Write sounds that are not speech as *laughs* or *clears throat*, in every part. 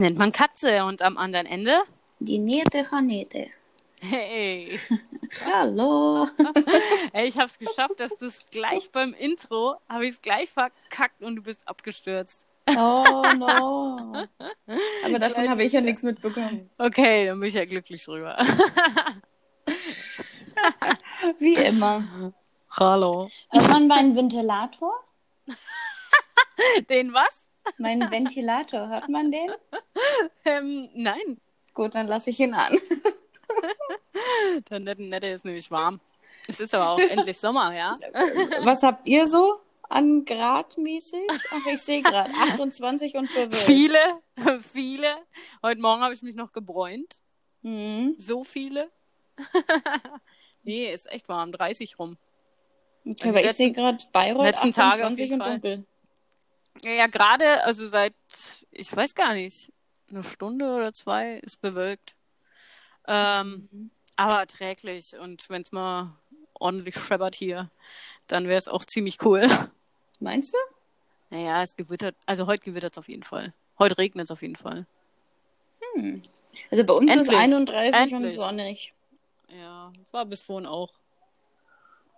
nennt man Katze und am anderen Ende? Die Niete Hanete. Hey, Hallo. Ey, ich hab's geschafft, dass du es gleich beim Intro, habe ich es gleich verkackt und du bist abgestürzt. *laughs* Oh no. Aber davon Gleich habe ich ja geht's nichts mitbekommen. Okay, dann bin ich ja glücklich drüber. Wie immer. Hallo. Hat man meinen Ventilator? Den was? *laughs* Meinen Ventilator, hört man den? Ähm, nein, Gut, dann lasse ich ihn an. der nette, nette ist nämlich warm. Es ist *laughs* aber auch endlich Sommer, ja? Was habt ihr so an Grad mäßig? Ach, ich sehe *laughs* gerade 28 und verwirrt. Viele, viele. Heute Morgen habe ich mich noch gebräunt. Hm, So viele. *laughs* nee, ist echt warm, 30 rum. okay, Also aber ich letzten- sehe gerade Bayreuth letzten Tage auf 28 jeden und Fall. dunkel. Ja, ja gerade, also seit, ich weiß gar nicht, eine Stunde oder zwei ist bewölkt. Ähm, aber erträglich. Und wenn es mal ordentlich scheppert hier, dann wäre es auch ziemlich cool. *laughs* Meinst du? Naja, es gewittert, also heute gewittert es auf jeden Fall. Heute regnet es auf jeden Fall. Also bei uns ist Endlich. 31 und Endlich. sonnig. Ja, war bis vorhin auch.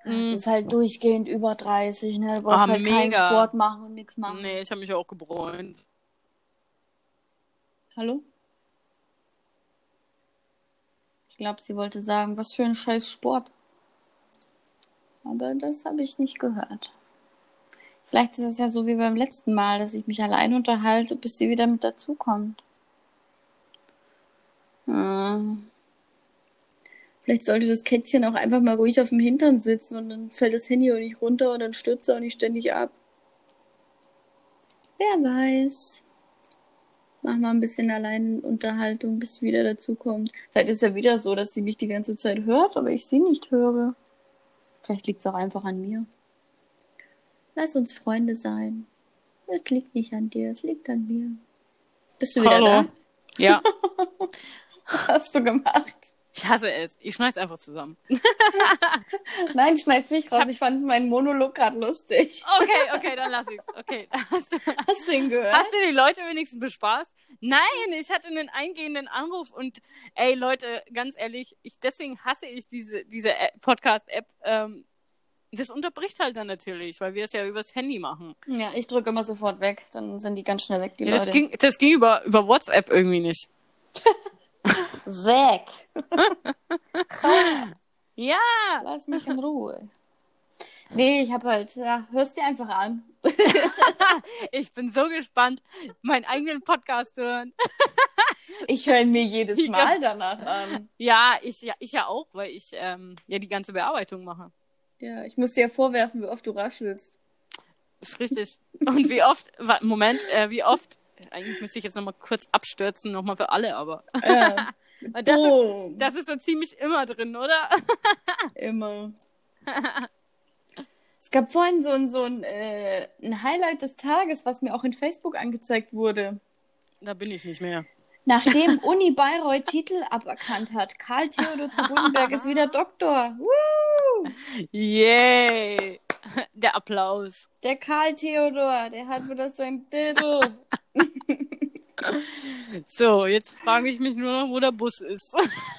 Es Mhm. ist halt durchgehend über 30, ne? Du brauchst Ah, halt keinen mega. Sport machen und nichts machen. Nee, ich habe mich auch gebräunt. Hallo? Ich glaube, sie wollte sagen, was für ein scheiß Sport. Aber das habe ich nicht gehört. Vielleicht ist es ja so wie beim letzten Mal, dass ich mich allein unterhalte, bis sie wieder mit dazukommt. Hm. Vielleicht sollte das Kätzchen auch einfach mal ruhig auf dem Hintern sitzen und dann fällt das Handy auch nicht runter und dann stürzt er auch nicht ständig ab. Wer weiß. Mach mal ein bisschen Alleinunterhaltung, bis sie wieder dazukommt. Vielleicht ist ja wieder so, dass sie mich die ganze Zeit hört, aber ich sie nicht höre. Vielleicht liegt es auch einfach an mir. Lass uns Freunde sein. Es liegt nicht an dir, es liegt an mir. Bist du wieder Hallo. Ja, *laughs* da? Was *laughs* hast du gemacht? ich hasse es. Ich schneide es einfach zusammen. Nein, schneid's nicht raus. hab- Ich fand meinen Monolog gerade lustig. Okay, okay, dann lass ich's. Okay, *laughs* hast du, Hast du ihn gehört? Hast du die Leute wenigstens bespaßt? Nein, ich hatte einen eingehenden Anruf und ey Leute, ganz ehrlich, ich, deswegen hasse ich diese, diese Ä- Podcast-App. Ähm, das unterbricht halt dann natürlich, weil wir es ja übers Handy machen. Ja, ich drücke immer sofort weg. Dann sind die ganz schnell weg, die Ja, Leute. das, ging, das ging über, über WhatsApp irgendwie nicht. Weg! *laughs* Ja, Lass mich in Ruhe. Nee, ich hab halt, ja, hörst dir einfach an. ich bin so gespannt, meinen eigenen Podcast zu hören. Ich höre mir *laughs* jedes Ich Mal danach an. Ja, ich ja, ich ja auch, weil ich ähm, ja die ganze Bearbeitung mache. Ja, ich muss dir ja vorwerfen, wie oft du raschelst. Ist richtig. Und wie oft, wa- Moment, äh, wie oft, eigentlich müsste ich jetzt nochmal kurz abstürzen, nochmal für alle, aber *laughs* Ja, das ist, boom. das ist so ziemlich immer drin, oder? *laughs* Immer. Es gab vorhin so ein, so ein, äh, ein Highlight des Tages, was mir auch in Facebook angezeigt wurde. Da bin ich nicht mehr. Nachdem *laughs* Uni Bayreuth Titel aberkannt hat, Karl Theodor zu Gutenberg ist wieder Doktor. Woo! Yay! Der Applaus. Der Karl Theodor, der hat wieder seinen Titel. So, jetzt frage ich mich nur noch, wo der Bus ist.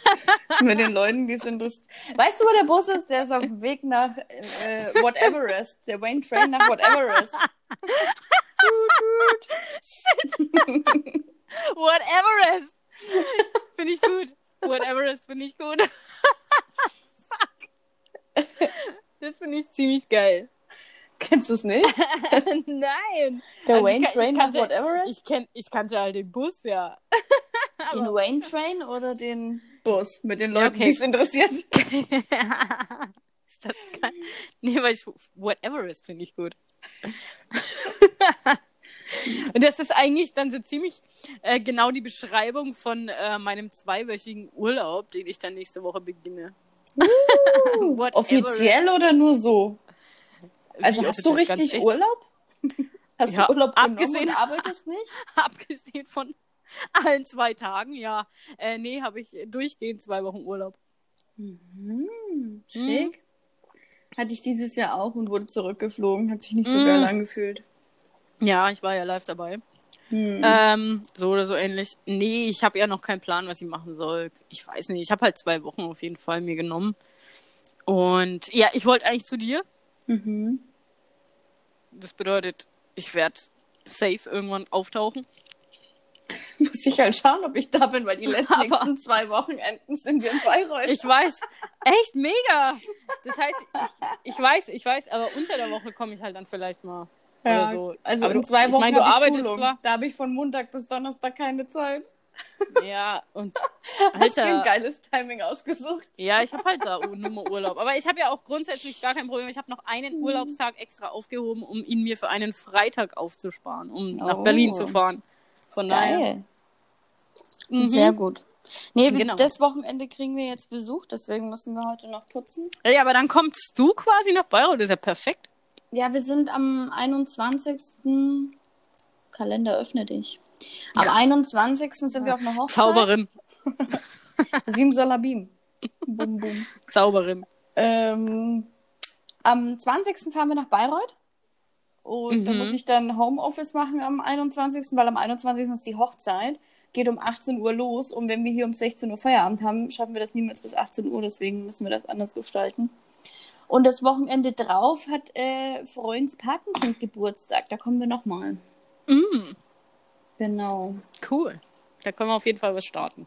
*laughs* Mit den Leuten, die es interessiert. Weißt du, wo der Bus ist? Der ist auf dem Weg nach äh, What Everest. Der Wayne Train nach What Everest. What Everest! Bin ich gut. What Everest bin ich gut. *laughs* Fuck. Das finde ich ziemlich geil. *laughs* Kennst du es nicht? Nein! Der Also ich kann- Wayne ich Train nach kannte- What Everest? Ich, kenn, ich kannte halt den Bus, ja. *laughs* Den Wayne Train oder den Bus mit den Leuten, okay. die es *laughs* interessiert? ist das geil? Nee, weil ich whatever ist, finde ich *laughs* gut. Und das ist eigentlich dann so ziemlich äh, genau die Beschreibung von äh, meinem zweiwöchigen Urlaub, den ich dann nächste Woche beginne. *laughs* Whatever. Offiziell oder nur so? Wie Also hast du offiziell? Ganz richtig echt. Urlaub? Hast Ja, du Urlaub genommen abgesehen- und arbeitest nicht? *laughs* Abgesehen von allen zwei Tagen, ja. Äh, nee, habe ich durchgehend zwei Wochen Urlaub. Mhm, schick. Mhm. Hatte ich dieses Jahr auch und wurde zurückgeflogen. Hat sich nicht so Mhm. geil angefühlt. Ja, ich war ja live dabei. Hm. Ähm, so oder so ähnlich. Nee, ich habe ja noch keinen Plan, was ich machen soll. Ich weiß nicht. Ich habe halt zwei Wochen auf jeden Fall mir genommen. Und ja, ich wollte eigentlich zu dir. Mhm. Das bedeutet, ich werde safe irgendwann *laughs* auftauchen. *laughs* Muss ich halt schauen, ob ich da *laughs* bin, weil die letzten Aber- nächsten zwei Wochenenden sind wir in Bayreuth. Ich weiß. Echt mega. Das heißt, ich, ich weiß, ich weiß, aber unter der Woche komme ich halt dann vielleicht mal. Ja, Oder so. Also Aber in du- zwei Wochen Ich meine, du hab ich arbeitest Schulung. zwar. Da habe ich von Montag bis Donnerstag keine Zeit. *laughs* Ja, und Hast dir ein Alter. geiles Timing ausgesucht? Ja, ich habe halt da u- nur mal Urlaub. Aber ich habe ja auch grundsätzlich gar kein Problem. Ich habe noch einen Urlaubstag extra aufgehoben, um ihn mir für einen Freitag aufzusparen, um nach Oh. Berlin zu fahren. Von daher. Mhm. Sehr gut. Nee, wir- Genau. das Wochenende kriegen wir jetzt Besuch, deswegen müssen wir heute noch putzen. Ja, aber dann kommst du quasi nach Bayreuth, das ist ja perfekt. Ja, wir sind am 21. Kalender öffne dich. Am 21. sind wir auf einer Hochzeit. Zauberin, Simsalabim. Bum, bum. Zauberin. Ähm, am 20. fahren wir nach Bayreuth. Und dann Mhm. muss ich dann Homeoffice machen am 21., weil am 21. ist die Hochzeit. Geht um 18 Uhr los. Und wenn wir hier um 16 Uhr Feierabend haben, schaffen wir das niemals bis 18 Uhr. Deswegen müssen wir das anders gestalten. Und das Wochenende drauf hat äh, Freunds Patenkind Geburtstag. Da kommen wir nochmal. Mm, Genau. cool. Da können wir auf jeden Fall was starten.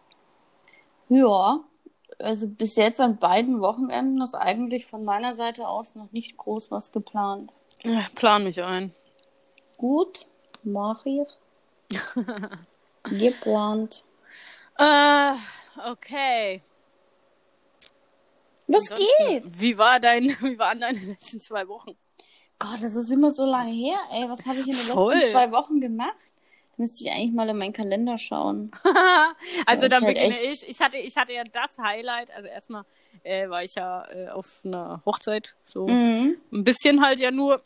Ja, also bis jetzt an beiden Wochenenden ist eigentlich von meiner Seite aus noch nicht groß was geplant. Ja, plan mich ein. Gut, mach *laughs* ich. Geplant. Äh, okay. Was Ansonsten, geht? Wie, war dein, *laughs* wie waren deine letzten zwei Wochen? Gott, das ist immer so lange her, ey. Was habe ich in den Voll. letzten zwei Wochen gemacht? Müsste ich eigentlich mal in meinen *laughs* Kalender schauen. also Ja, dann ist halt beginne echt- ich. Ich hatte, ich hatte ja das Highlight. Also erstmal äh, war ich ja äh, auf einer Hochzeit. So Mhm. ein bisschen halt ja nur.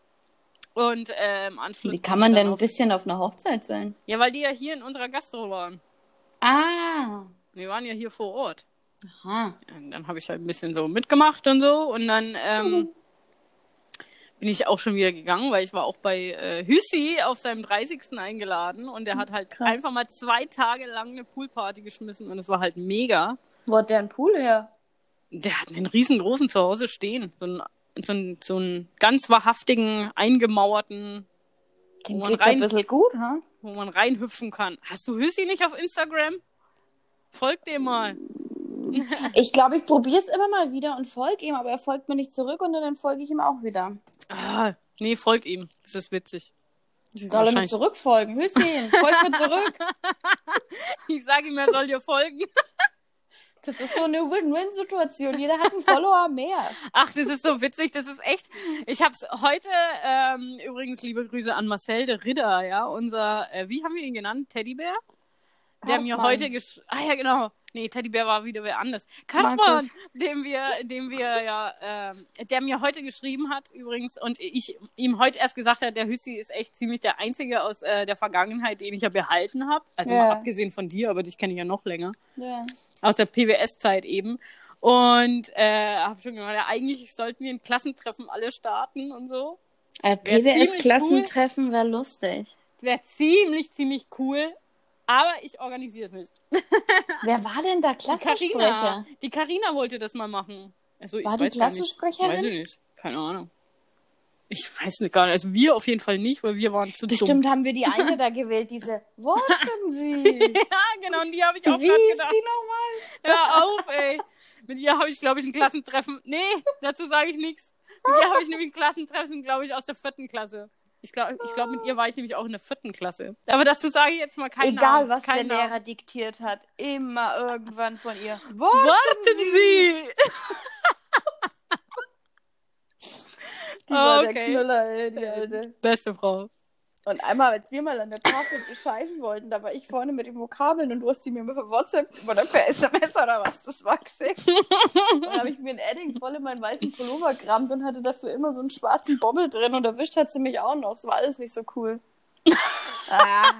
Und äh, im Anschluss. Wie bin kann ich man dann denn ein auf- bisschen auf einer Hochzeit sein? Ja, weil die ja hier in unserer Gastro waren. Ah, Wir waren ja hier vor Ort. aha. Und dann habe ich halt ein bisschen so mitgemacht und so. Und dann Mhm. ähm, bin ich auch schon wieder gegangen, weil ich war auch bei äh, Hüssi auf seinem 30. eingeladen. Und der hat halt Mhm. Krass. einfach mal zwei Tage lang eine Poolparty geschmissen. Und es war halt mega. Wo hat der einen Pool her? Der hat einen riesengroßen zu Hause stehen. So einen, so einen, so einen ganz wahrhaftigen, eingemauerten, Dem Wo man geht's ein rein- bisschen gut, ha? wo man reinhüpfen kann. Hast du Hüssi nicht auf Instagram? Folgt dem mal. Ich glaube, ich probiere es immer mal wieder und folge ihm, aber er folgt mir nicht zurück und dann folge ich ihm auch wieder. Ah, nee, folgt ihm. Das ist witzig. Soll er mir Wahrscheinlich- zurückfolgen? Hüsschen, folg mir zurück. *laughs* Ich sage ihm, er soll dir folgen. Das ist so eine Win-Win-Situation. Jeder hat einen Follower mehr. Ach, das ist so witzig, das ist echt. Ich habe es heute, ähm, übrigens liebe Grüße an Marcel de Ridder, ja, unser, äh, wie haben wir ihn genannt? Teddybär? Der mir Kaufmann. heute gesch... Ah ja, genau. Nee, Teddybär war wieder wer anders. Kaspern, dem wir, dem wir ja, ähm, der mir heute geschrieben hat übrigens und ich ihm heute erst gesagt hat, der Hüssi ist echt ziemlich der Einzige aus äh, der Vergangenheit, den ich ja behalten habe. Also Ja. mal abgesehen von dir, aber dich kenne ich ja noch länger Ja. aus der PWS-Zeit eben. Und äh, habe schon gemeint, ja, eigentlich sollten wir ein Klassentreffen alle starten und so. Äh, Wär ziemlich PWS-Klassentreffen wäre lustig. Wäre ziemlich, ziemlich cool. Aber ich organisiere es nicht. Wer war denn da Die Carina Klassensprecher? die Karina wollte das mal machen. Also, ich War die weiß gar nicht. Weiß Klassensprecherin? ich nicht. Keine Ahnung. Ich weiß nicht gar nicht. Also wir auf jeden Fall nicht, weil wir waren zu dumm. Bestimmt haben wir die eine da *laughs* gewählt, diese. Wollten Sie? Ja, *laughs* genau, und die habe ich auch Wie gerade ist gedacht. die nochmal? *laughs* Hör auf, ey. Mit ihr habe ich, glaube ich, ein Klassentreffen. Nee, dazu sage ich nichts. Mit ihr habe ich nämlich ein Klassentreffen, glaube ich, aus der vierten Klasse. Ich glaube, ich glaub, mit ihr war ich nämlich auch in der vierten Klasse. Aber dazu sage ich jetzt mal keinen Egal, Namen. was der keinen Namen. Lehrer diktiert hat, immer irgendwann von ihr. Wollten, Warten Sie! Die war Ah, der Okay. Knüller, ey, die alte. *laughs* Beste Frau. *laughs* Und einmal, als wir mal an der Tafel bescheißen wollten, da war ich vorne mit den Vokabeln und du hast die mir per WhatsApp oder per SMS oder was das war geschickt. Und dann habe ich mir ein Edding voll in meinen weißen Pullover gerammt und hatte dafür immer so einen schwarzen Bobbel drin und erwischt hat sie mich auch noch. Das war alles nicht so cool. ah,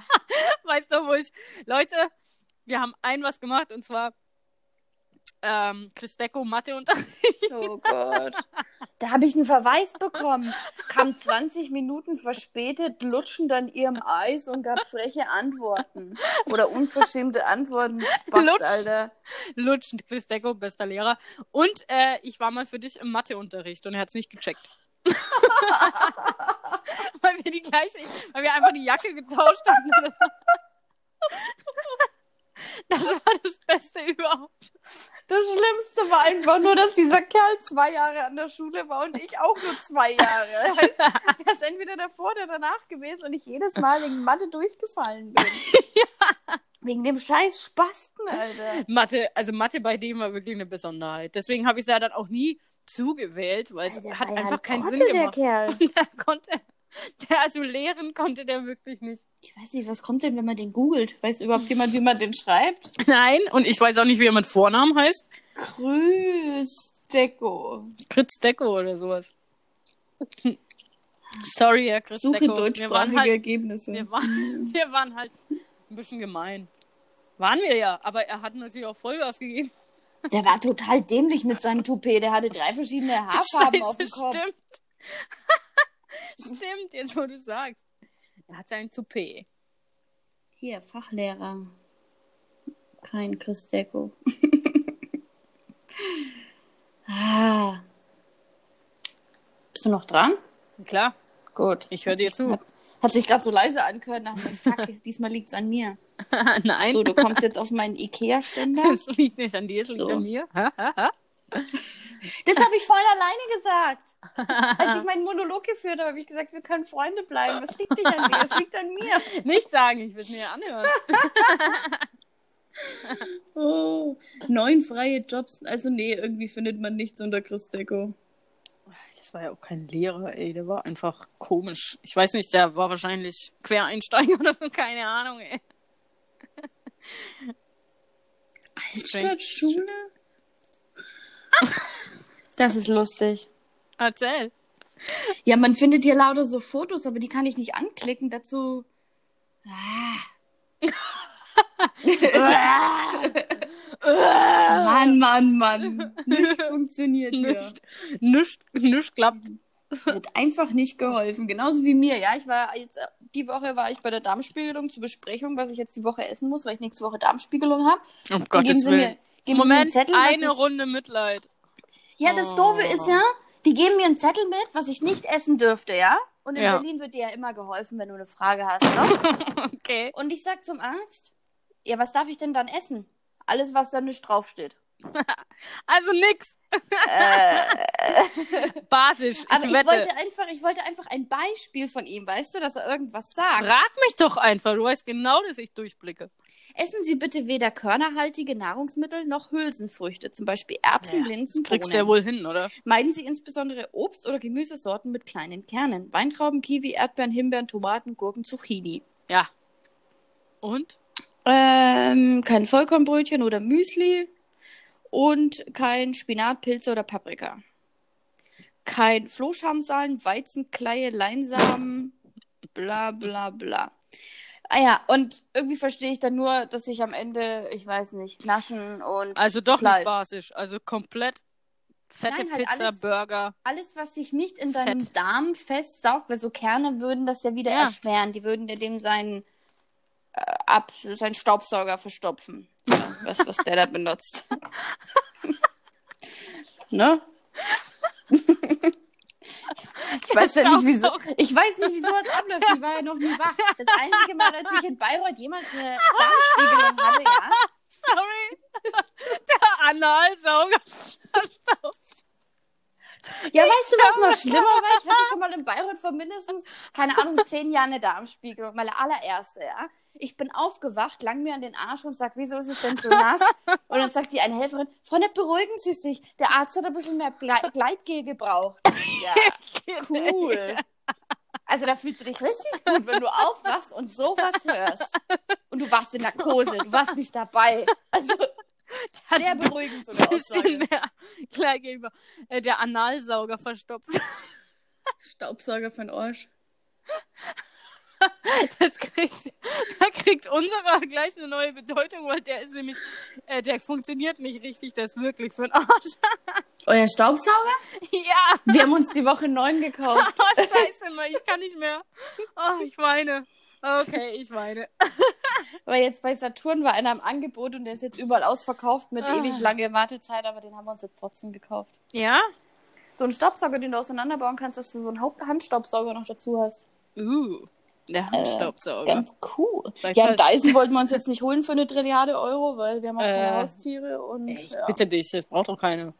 Weißt du, wo ich. Leute, wir haben ein was gemacht und zwar. ähm, Christeco Matheunterricht. Oh Gott. Da habe ich einen Verweis bekommen. Kam 20 Minuten verspätet, lutschend an ihrem Eis und gab freche Antworten. Oder unverschämte Antworten. Spaß, Lutsch. Alter. Lutschend, Christeco, bester Lehrer. Und äh, ich war mal für dich im Matheunterricht und er hat es nicht gecheckt. *laughs* weil wir die gleiche, weil wir einfach die Jacke getauscht haben. *laughs* Das war das Beste überhaupt. Das Schlimmste war einfach nur, dass dieser Kerl zwei Jahre an der Schule war und ich auch nur zwei *laughs* Jahre. Heißt, Der ist entweder davor oder danach gewesen und ich jedes Mal wegen Mathe durchgefallen *laughs* bin. Wegen dem scheiß Spasten, Alter. Mathe, also Mathe bei dem war wirklich eine Besonderheit. Deswegen habe ich es ja dann auch nie zugewählt, weil es hat einfach keinen Sinn der gemacht. Kerl. *laughs* Der konnte, der also lehren konnte der wirklich nicht. Ich weiß nicht, was kommt denn, wenn man den googelt? Weiß überhaupt jemand, wie man den schreibt? Nein, und ich weiß auch nicht, wie er mit Vornamen heißt. Grüßdecko. Kritzdecko oder sowas. Sorry, Herr Suche Kritzdecko. Wir waren deutschsprachige halt Ergebnisse. Wir waren, *laughs* wir waren halt ein bisschen gemein. Waren wir ja, aber er hat natürlich auch Vollgas *laughs* gegeben. Der war total dämlich mit seinem Toupet. Der hatte drei verschiedene Haarfarben auf dem Kopf. stimmt. *laughs* stimmt, jetzt wo du sagst. Er hat sein Toupet. Hier, Fachlehrer. Kein Christdecko. *laughs* ah. Bist du noch dran? Klar, Gut. ich höre dir zu. Hat, hat sich gerade so leise angehört nach dem *laughs* Fuck, diesmal liegt's an mir. Nein, *laughs* *laughs* So, du kommst jetzt auf meinen Ikea-Ständer. das liegt nicht an dir, das liegt So. an mir. Ha, ha, ha. Das habe ich vorhin alleine gesagt. *laughs* Als ich meinen Monolog geführt habe, habe ich gesagt, wir können Freunde bleiben. Das liegt nicht an dir, das liegt an mir. Nicht sagen, ich will es mir anhören. Oh, neun freie Jobs. Also nee, irgendwie findet man nichts unter Christdecko. Das war ja auch kein Lehrer, ey. Der war einfach komisch. Ich weiß nicht, der war wahrscheinlich Quereinsteiger *laughs* oder so, keine Ahnung, ey. *laughs* Altstadtschule? Das ist lustig. *laughs* Erzähl. Ja, man findet hier lauter so Fotos, aber die kann ich nicht anklicken. Dazu. Mann, *laughs* Mann, Mann. Nicht funktioniert hier. Ah. Nicht, nicht, nicht klappt. Wird einfach nicht geholfen. Genauso wie mir. Ja, ich war jetzt, die Woche war ich bei der Darmspiegelung zur Besprechung, was ich jetzt die Woche essen muss, weil ich nächste Woche Darmspiegelung habe. Um Dann geben Gottes sie mir, Willen. geben Moment, sie mir einen Zettel, was eine ich- Runde Mitleid. *laughs* Ja, das Doofe ist ja, die geben mir einen Zettel mit, was ich nicht essen dürfte, ja? Und in Ja. Berlin wird dir ja immer geholfen, wenn du eine Frage hast, ne? Okay. Und ich sag zum Arzt, ja, was darf ich denn dann essen? Alles, was da nicht draufsteht. Also nix. *laughs* äh, Basisch. Ich aber ich wette. wollte, einfach, ich wollte einfach ein Beispiel von ihm, weißt du, dass er irgendwas sagt. Frag mich doch einfach. Du weißt genau, dass ich durchblicke. Essen Sie bitte weder körnerhaltige Nahrungsmittel noch Hülsenfrüchte, zum Beispiel Erbsen, Ja, Linsen, Kriegst Bohnen. du ja wohl hin, oder? Meiden Sie insbesondere Obst- oder Gemüsesorten mit kleinen Kernen. Weintrauben, Kiwi, Erdbeeren, Himbeeren, Tomaten, Gurken, Zucchini. Ja. Und? Ähm, kein Vollkornbrötchen oder Müsli und kein Spinat, Pilze oder Paprika. Kein Flohschamsalen, Weizenkleie, Leinsamen, bla bla bla. Ah ja, und irgendwie verstehe ich dann nur, dass ich am Ende, ich weiß nicht, Naschen und Also doch Fleisch. nicht basisch. Also komplett fette Nein, halt Pizza, alles- Burger. alles, was sich nicht in deinem Fett. Darm festsaugt, weil so Kerne würden das ja wieder Ja. erschweren. Die würden ja dem seinen, äh, Ab seinen Staubsauger verstopfen. Oder was, was der da benutzt. *laughs* ne? *laughs* Ich weiß ja nicht, wieso. Ich weiß nicht, wieso das abläuft. Ich war ja noch nie wach. Das einzige Mal, dass ich in Bayreuth jemals eine Darmspiegelung hatte, ja. Sorry. *laughs* Der *laughs* Analsauger. Ja, weißt du, was noch schlimmer war? Ich hatte schon mal in Bayreuth vor mindestens, keine Ahnung, zehn Jahren eine Darmspiegelung. Meine allererste, ja. Ich bin aufgewacht, lang mir an den Arsch und sag, wieso ist es denn so nass? Und dann sagt die eine Helferin, Freunde, beruhigen Sie sich. Der Arzt hat ein bisschen mehr Gle Gleitgel gebraucht. Ja, cool. Also da fühlst du dich richtig gut, wenn du aufwachst und sowas hörst. Und du warst in Narkose, du warst nicht dabei. Also sehr beruhigend so eine bisschen Aussage. mehr Klargeber. Äh, der Analsauger verstopft. Staubsauger für den Arsch. *laughs* Das kriegt, da kriegt unserer gleich eine neue Bedeutung, weil der ist nämlich, äh, der funktioniert nicht richtig, das ist wirklich für den Arsch. *laughs* Euer Staubsauger? Ja, Wir haben uns die Woche neun gekauft. oh, scheiße, Mann, ich kann nicht mehr. Oh, ich weine. Okay, ich weine. Weil jetzt bei Saturn war einer im Angebot und der ist jetzt überall ausverkauft mit Ah. ewig lange Wartezeit, aber den haben wir uns jetzt trotzdem gekauft. Ja? So einen Staubsauger, den du auseinanderbauen kannst, dass du so einen Haupt Handstaubsauger noch dazu hast. Uh, der Handstaubsauger. Äh, Ganz cool. Bei Oh, ja, einen First- Dyson wollten wir uns jetzt nicht holen für eine Trilliarde Euro, weil wir haben auch Äh, keine Haustiere und Ey, ich ja. bitte dich, das braucht doch keiner.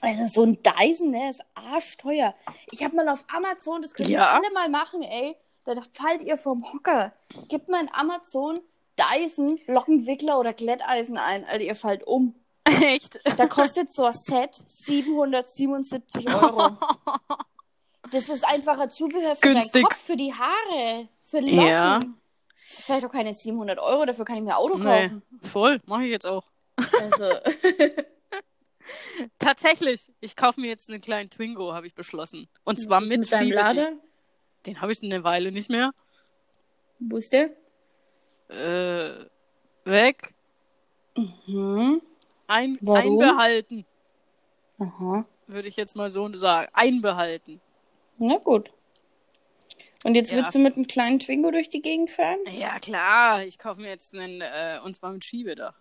Also so ein Dyson, ne, ist arschteuer. Ich habe mal auf Amazon, das könnt Ja. ihr alle mal machen, ey. Da fallt ihr vom Hocker. Gebt mal in Amazon Dyson, Lockenwickler oder Glätteisen ein. Alter, ihr fallt um. *laughs* Echt? Da kostet so ein Set 777 *laughs* Euro. Das ist einfacher Zubehör für Günstig. deinen Kopf, für die Haare, für Locken. Ja. Das sind doch keine 700 Euro, dafür kann ich mir ein Auto Nee, kaufen. voll, mache ich jetzt auch. *laughs* Also, Tatsächlich, ich kaufe mir jetzt einen kleinen Twingo, habe ich beschlossen. Und zwar mit, mit deinem Schiebetisch. Lader, Den habe ich eine Weile nicht mehr. wo ist der? Äh, weg, Mhm. Hm, ein, Warum? einbehalten, aha. würde ich jetzt mal so sagen. Einbehalten. Na gut. Und jetzt Ja. willst du mit einem kleinen Twingo durch die Gegend fahren? Ja, klar, ich kaufe mir jetzt einen, äh, und zwar mit Schiebedach.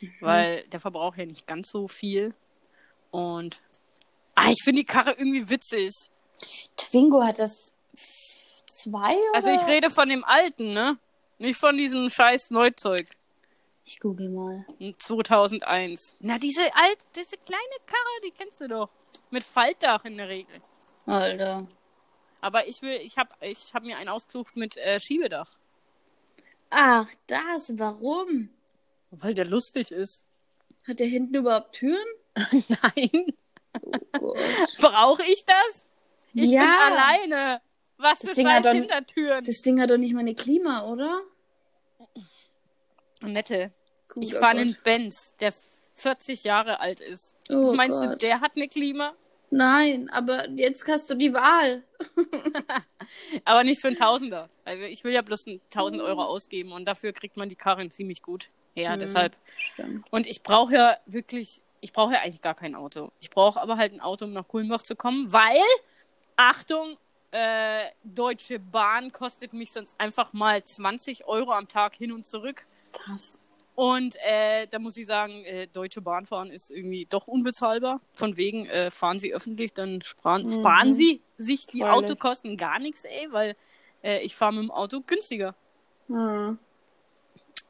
Mhm. Weil der verbraucht ja nicht ganz so viel. Und, ah, ich finde die Karre irgendwie witzig. Twingo hat das zwei oder? Also ich rede von dem alten, ne? Nicht von diesem scheiß Neuzeug. Ich google mal. 2001. Na, diese alt, diese kleine Karre, die kennst du doch. Mit Faltdach in der Regel. Alter. Aber ich will, ich hab, ich hab mir einen ausgesucht mit äh, Schiebedach. Ach, das, warum? Weil der lustig *laughs* ist. Hat der hinten überhaupt Türen? Nein. Oh Gott. Brauche ich das? Ich ja. bin alleine. Was für Das Ding hat scheiß doch- Hintertüren. Das Ding hat doch nicht mal eine Klima, oder? Nette. Gut, Ich oh fahre einen Gott. Benz, der 40 Jahre alt ist. Oh Meinst du, Gott. der hat eine Klima? Nein, aber jetzt hast du die Wahl. Aber nicht für einen Tausender. Also ich will ja bloß einen 1000 Euro ausgeben und dafür kriegt man die Karren ziemlich gut. Ja, Mhm. deshalb. Stimmt. Und ich brauche ja wirklich, ich brauche ja eigentlich gar kein Auto. Ich brauche aber halt ein Auto, um nach Kulmbach zu kommen, weil, Achtung, äh, Deutsche Bahn kostet mich sonst einfach mal 20 Euro am Tag hin und zurück. Krass. Und äh, da muss ich sagen, äh, Deutsche Bahn fahren ist irgendwie doch unbezahlbar. Von wegen, äh, fahren Sie öffentlich, dann sparen, Mhm. sparen Sie sich die Freilich. Autokosten gar nichts, ey, weil äh, ich fahre mit dem Auto günstiger. Hm.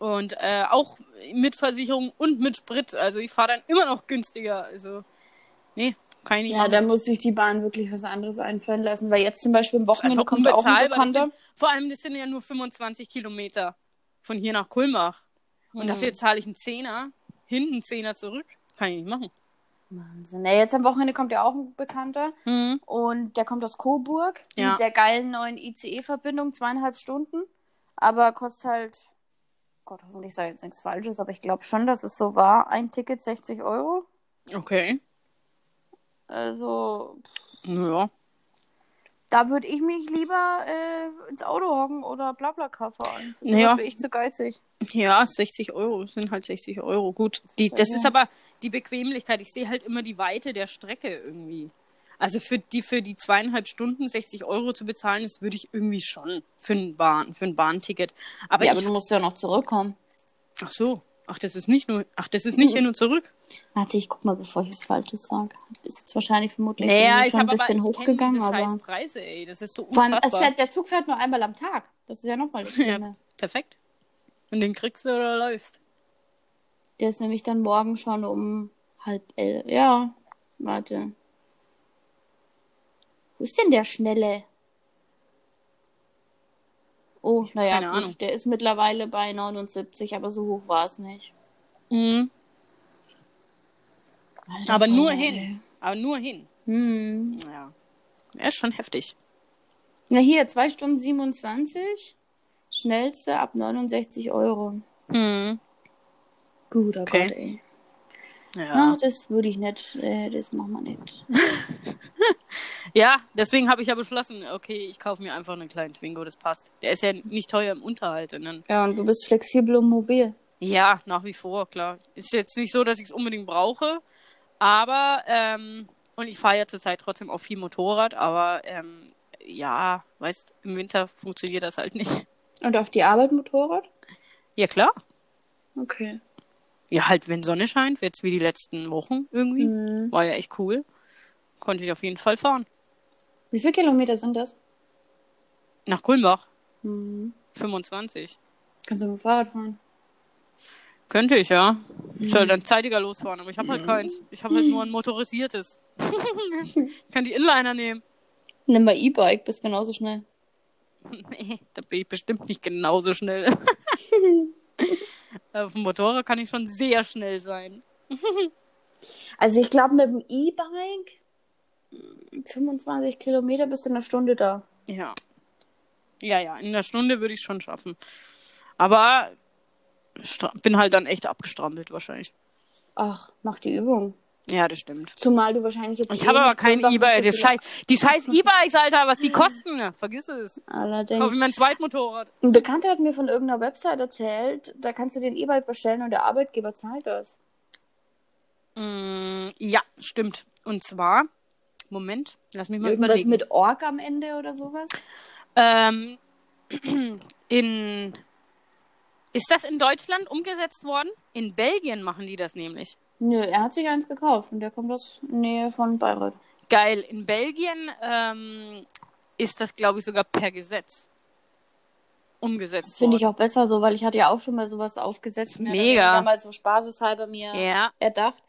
Und äh, auch mit Versicherung und mit Sprit. Also ich fahre dann immer noch günstiger. Also, nee, kann ich nicht Ja, machen. da muss sich die Bahn wirklich was anderes einfallen lassen, weil jetzt zum Beispiel am Ist Wochenende einfach kommt auch ein unbezahlbar. Das Bekannter. sind, vor allem, das sind ja nur 25 Kilometer von hier nach Kulmbach. Und Hm. dafür zahle ich einen Zehner, hinten einen Zehner zurück. Kann ich nicht machen. Wahnsinn. Ja, jetzt am Wochenende kommt ja auch ein Bekannter Mhm. und der kommt aus Coburg Ja. mit der geilen neuen ICE-Verbindung, zweieinhalb Stunden. Aber kostet halt, Gott, hoffentlich sei jetzt nichts Falsches, aber ich glaube schon, dass es so war. Ein Ticket 60 Euro. Okay. Also, Ja. da würde ich mich lieber äh, ins Auto hocken oder Blablacar fahren. Für Ja. sowas bin ich zu geizig. Ja, 60 Euro sind halt 60 Euro. Gut, die, das Ja. ist aber die Bequemlichkeit. Ich sehe halt immer die Weite der Strecke irgendwie. Also für die, für die zweieinhalb Stunden 60 Euro zu bezahlen, das würde ich irgendwie schon für ein, Bahn, für ein Bahnticket. Aber ich, musst ja noch zurückkommen. ach so, ach, das ist nicht nur, ach, das ist nicht hin und *laughs* zurück. Warte, ich guck mal, bevor ich was Falsches sage. Ist jetzt wahrscheinlich vermutlich Naja, irgendwie ich schon ein habe aber, bisschen ich kenne hochgegangen, diese scheiß aber. Preise, ey. Das ist so Vor allem, es unfassbar. fährt, der Zug fährt nur einmal am Tag. Das ist *laughs* ja nochmal das Schlimme. ja, perfekt. Und den kriegst du oder läufst. Der ist nämlich dann morgen schon um halb elf. Ja, warte. Wo ist denn der Schnelle? Oh, naja, keine Ahnung. gut. Der ist mittlerweile bei 79, aber so hoch war es nicht. Mhm. Alter, Aber nur Vater, hin. Aber nur hin. ey. Hm. Ja. Er ist schon heftig. Na hier, 2 Stunden 27. Schnellste ab 69 Euro. Mhm. Guter Okay. Gott, ey. Ja, Ah, das würde ich nicht. Äh, das machen wir nicht. ja deswegen habe ich ja beschlossen, okay, ich kaufe mir einfach einen kleinen Twingo, das passt. Der ist ja nicht teuer im Unterhalt. Und dann, Ja, und du bist flexibel und mobil. ja, nach wie vor, klar. Ist jetzt nicht so, dass ich es unbedingt brauche, aber, ähm, und ich fahre ja zurzeit trotzdem auch viel Motorrad, aber, ähm, ja, weißt, im Winter funktioniert das halt nicht. Und auf die Arbeit Motorrad? Ja, klar. Okay. Ja, halt, wenn Sonne scheint, jetzt wie die letzten Wochen irgendwie. Mhm. War ja echt cool. Konnte ich auf jeden Fall fahren. Wie viele Kilometer sind das? Nach Kulmbach, Mhm. 25. Kannst du mit dem Fahrrad fahren? Könnte ich, ja. Ich soll dann zeitiger losfahren, aber ich habe halt keins. Ich habe halt nur ein motorisiertes. ich kann die Inliner nehmen. Nimm mal E-Bike, bist genauso schnell. Nee, da bin ich bestimmt nicht genauso schnell. auf dem Motorrad kann ich schon sehr schnell sein. Also ich glaube, mit dem E-Bike mm, 25 Kilometer bist du in einer Stunde da. Ja. Ja, ja, in der Stunde würde ich schon schaffen. Aber stra- bin halt dann echt abgestrampelt wahrscheinlich. Ach, mach die Übung. Ja, das stimmt. Zumal du wahrscheinlich jetzt... Ich eh habe aber mit kein Kulmbach E-Bike. nicht Die, so viele- Schei die scheiß E-Bikes, Alter, was die kosten. Vergiss es. Kauf Allerdings. ich mein Zweitmotorrad. Ein Bekannter hat mir von irgendeiner Website erzählt, da kannst du den E-Bike bestellen und der Arbeitgeber zahlt das. Mm, ja, stimmt. Und zwar, Moment, lass mich mal Irgendwas überlegen. mit Org am Ende oder sowas? Ähm, *clears throat* in, ist das in Deutschland umgesetzt worden? In Belgien machen die das nämlich. Nö, er hat sich eins gekauft und der kommt aus Nähe von Bayreuth. Geil. In Belgien ähm, ist das, glaube ich, sogar per Gesetz umgesetzt Finde ich worden. auch besser so, weil ich hatte ja auch schon mal sowas aufgesetzt. und mir Mega. dann Damals so spaßeshalber mir Ja, erdacht,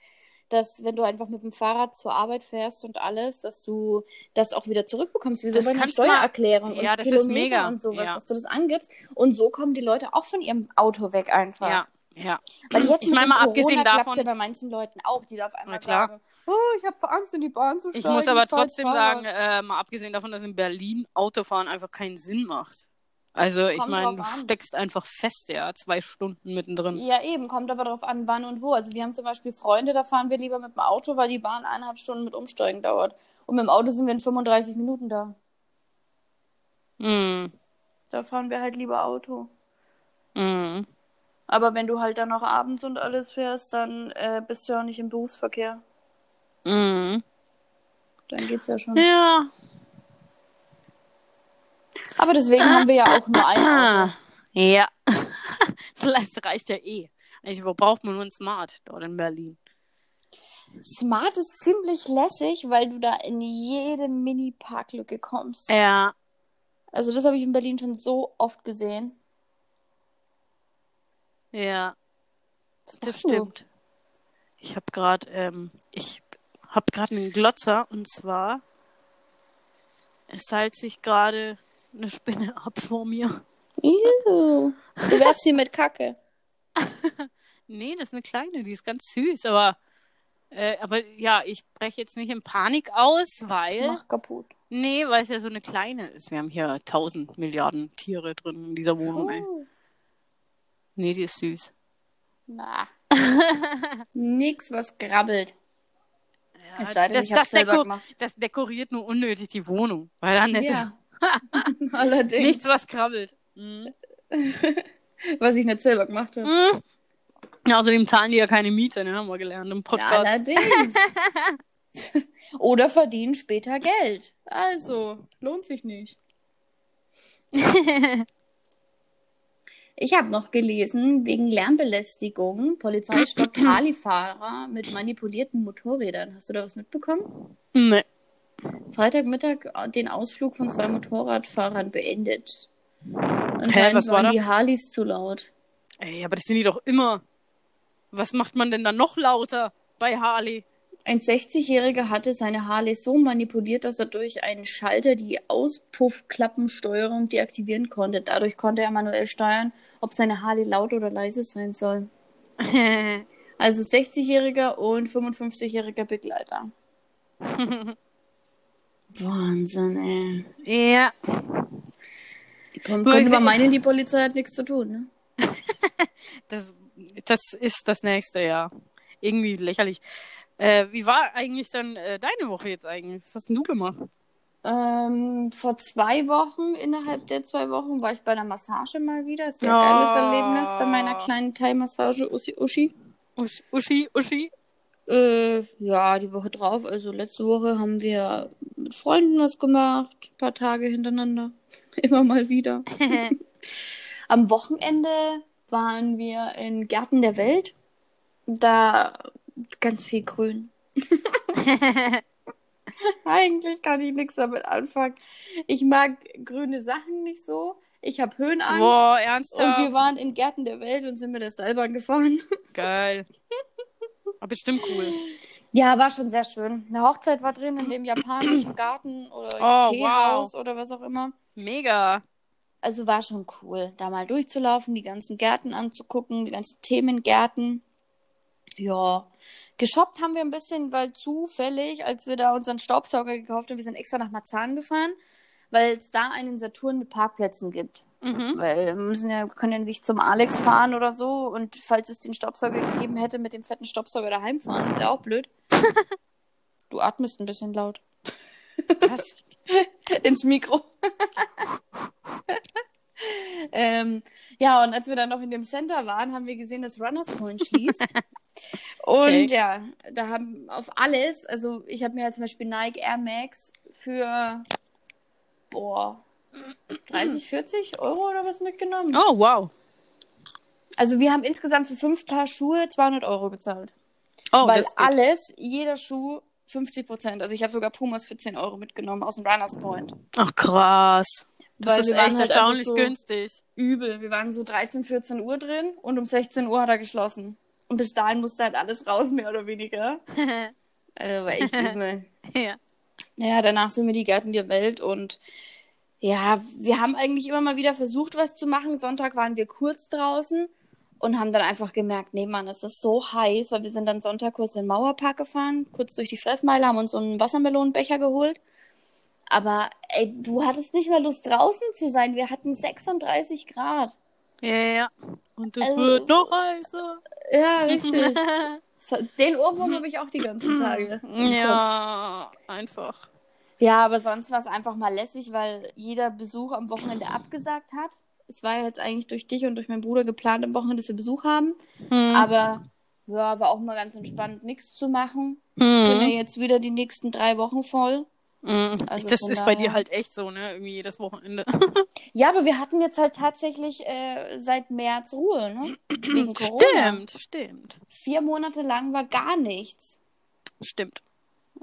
dass wenn du einfach mit dem Fahrrad zur Arbeit fährst und alles, dass du das auch wieder zurückbekommst, wie so Das bei einer kannst du mal- Steuererklärung Ja, und das ist Kilometer mega. und sowas, Ja. dass du das angibst. Und so kommen die Leute auch von ihrem Auto weg einfach. ja, ja. Weil jetzt Ich mit meine dem mal abgesehen Corona klappt's davon- ja bei manchen Leuten auch, die da auf einmal Na klar. sagen, oh, ich habe Angst in die Bahn zu Ich steigen. muss aber fahr jetzt trotzdem Fahrrad." sagen, äh, mal abgesehen davon, dass in Berlin Autofahren einfach keinen Sinn macht. Also ich Kommt meine, drauf du an. steckst einfach fest, ja, zwei Stunden mittendrin. Ja, eben, kommt aber darauf an, wann und wo. Also wir haben zum Beispiel Freunde, da fahren wir lieber mit dem Auto, weil die Bahn eineinhalb Stunden mit Umsteigen dauert. Und mit dem Auto sind wir in 35 Minuten da. Mm, Da fahren wir halt lieber Auto. mm. Aber wenn du halt dann noch abends und alles fährst, dann äh, bist du ja auch nicht im Berufsverkehr. Mhm. Dann geht's ja schon. Ja. *laughs* Aber deswegen haben wir ja auch nur ein Ah. Auto. *laughs* Ja. das reicht ja eh. Eigentlich braucht man nur ein Smart dort in Berlin. Smart ist ziemlich lässig, weil du da in jede Mini-Parklücke kommst. Ja. Also das habe ich in Berlin schon so oft gesehen. Ja, das machst du? stimmt. Ich habe gerade ähm, ich habe gerade einen Glotzer und zwar es seilt sich gerade eine Spinne *laughs* ab vor mir. Ew. Du werfst sie mit Kacke. Nee, das ist eine kleine, die ist ganz süß, aber, äh, aber ja, ich breche jetzt nicht in Panik aus, weil. Mach kaputt. Nee, weil es ja so eine kleine ist. Wir haben hier tausend Milliarden Tiere drin in dieser Wohnung, ey. Oh. Nee, die ist süß. *laughs* Na. Nix, was grabbelt. Ja, Es sei denn, das, ich das, hab's selber deko gemacht. das dekoriert nur unnötig die Wohnung, weil dann ist Ja. *laughs* *laughs* Allerdings. nichts, was krabbelt. Mhm. Was ich nicht selber gemacht habe. Mhm. Ja, Außerdem zahlen die ja keine Miete, ne? Haben wir gelernt im Podcast. *laughs* Allerdings. Oder verdienen später Geld. Also, lohnt *laughs* sich nicht. Ich habe noch gelesen, wegen Lärmbelästigung, Polizei *clears throat* stoppt Rallye-Fahrer mit manipulierten Motorrädern. Hast du da was mitbekommen? nee. Freitagmittag äh, den Ausflug von zwei Motorradfahrern beendet. was Anscheinend war waren da? die Harleys zu laut. Ey, aber das sind die doch immer. Was macht man denn da noch lauter bei Harley? Ein 60-Jähriger hatte seine Harley so manipuliert, dass er durch einen Schalter die Auspuffklappensteuerung deaktivieren konnte. Dadurch konnte er manuell steuern, ob seine Harley laut oder leise sein soll. Also 60-Jähriger und *laughs* 55-Jähriger Begleiter. Wahnsinn, ey. *laughs* ja. Komm, Nur ich könnte man find- meinen, die Polizei hat nichts zu tun, ne? Das, das ist das nächste, ja. irgendwie lächerlich. Äh, wie war eigentlich dann äh, deine Woche jetzt eigentlich? Was hast denn du gemacht? Ähm, vor zwei Wochen, innerhalb der zwei Wochen, war ich bei einer Massage mal wieder. Sehr geiles Oh. Erlebnis bei meiner kleinen Thai-Massage Uschi. Uschi. Usch, Uschi, Uschi. Äh, ja, die Woche drauf, also letzte Woche haben wir mit Freunden was gemacht, ein paar Tage hintereinander, *laughs* immer mal *laughs* wieder. *laughs* Am Wochenende waren wir in Gärten der Welt. Da ganz viel *laughs* Grün. Eigentlich kann ich nichts damit anfangen. Ich mag grüne Sachen nicht so. Ich habe Höhenangst. Boah, Und ernsthaft? wir waren in Gärten der Welt und sind mit der Seilbahn gefahren. Geil. Aber bestimmt cool. Ja, war schon sehr schön. Eine Hochzeit war drin in dem japanischen Garten oder Oh, Teehaus oder was auch immer. Mega. Also war schon cool, da mal durchzulaufen, die ganzen Gärten anzugucken, die ganzen Themengärten. Ja, geshoppt haben wir ein bisschen, weil zufällig, als wir da unseren Staubsauger gekauft haben, wir sind extra nach Marzahn gefahren, weil es da einen Saturn mit Parkplätzen gibt. Mhm. Weil wir müssen ja, wir können ja nicht zum Alex fahren oder so. Und falls es den Staubsauger gegeben hätte, mit dem fetten Staubsauger daheim fahren, ist ja auch *laughs* blöd. Du atmest ein bisschen laut. Was? *laughs* Ins Mikro. *laughs* ähm, ja, und als wir dann noch in dem Center waren, haben wir gesehen, dass Runners Point schließt. *laughs* und Okay. ja, da haben auf alles, also ich habe mir halt zum Beispiel Nike Air Max für, boah, 30, 40 Euro oder was mitgenommen. Oh, wow. Also wir haben insgesamt für fünf Paar Schuhe 200 Euro bezahlt. Oh, weil das ist gut. alles, jeder Schuh 50 Prozent. Also ich habe sogar Pumas für 10 Euro mitgenommen aus dem Runners Point. Ach, krass. Das Weil ist wir waren echt halt erstaunlich einfach so- günstig. *laughs* Übel. Wir waren so 13, 14 Uhr drin und um 16 Uhr hat er geschlossen. Und bis dahin musste halt alles raus, mehr *laughs* oder weniger. Also war echt übel. ja. Ja, danach sind wir die Gärten der Welt und ja, wir haben eigentlich immer mal wieder versucht, was zu machen. Sonntag waren wir kurz draußen und haben dann einfach gemerkt, nee, Mann, es ist so heiß, weil wir sind dann Sonntag kurz in den Mauerpark gefahren, kurz durch die Fressmeile, haben uns so einen Wassermelonenbecher geholt. Aber ey, du hattest nicht mal Lust, draußen zu sein. Wir hatten 36 Grad. Ja, ja, ja. Und es Also, wird es- noch heißer. Ja, *laughs* richtig. Den Ohrwurm habe ich auch die ganzen Tage. im *laughs* Kopf. ja, einfach. Ja, aber sonst war es einfach mal lässig, weil jeder Besuch am Wochenende abgesagt hat. Es war ja jetzt eigentlich durch dich und durch meinen Bruder geplant am Wochenende, dass wir Besuch haben. Hm. Aber ja, war auch mal ganz entspannt, nichts zu machen. Ich bin ja Hm. jetzt wieder die nächsten drei Wochen voll. Hm. Also das von ist bei dir daher- halt echt so, ne? Irgendwie jedes Wochenende. Ja, aber wir hatten jetzt halt tatsächlich äh, seit März Ruhe, ne? Wegen Corona. Stimmt, stimmt, Vier Monate lang war gar nichts. stimmt.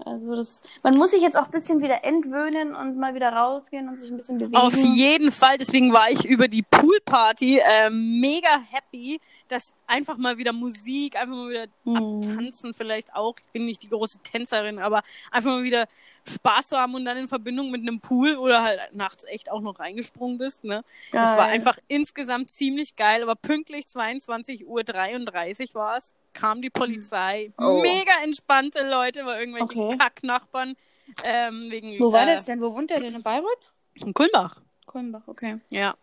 Also das, man muss sich jetzt auch ein bisschen wieder entwöhnen und mal wieder rausgehen und sich ein bisschen bewegen. Auf jeden Fall, deswegen war ich über die Poolparty ähm, mega happy, dass einfach mal wieder Musik, einfach mal wieder Hm. tanzen vielleicht auch. Ich bin nicht die große Tänzerin, aber einfach mal wieder Spaß zu haben und dann in Verbindung mit einem Pool oder halt nachts echt auch noch reingesprungen bist. Ne? Das war Geil. einfach insgesamt ziemlich geil, aber pünktlich 22.33 Uhr war es, kam die Polizei. Oh. Mega entspannte Leute, weil irgendwelche Okay. Kacknachbarn ähm, wegen Wo war äh, das denn? Wo wohnt der denn? In Bayreuth? in Kulmbach. Kulmbach, okay. Ja.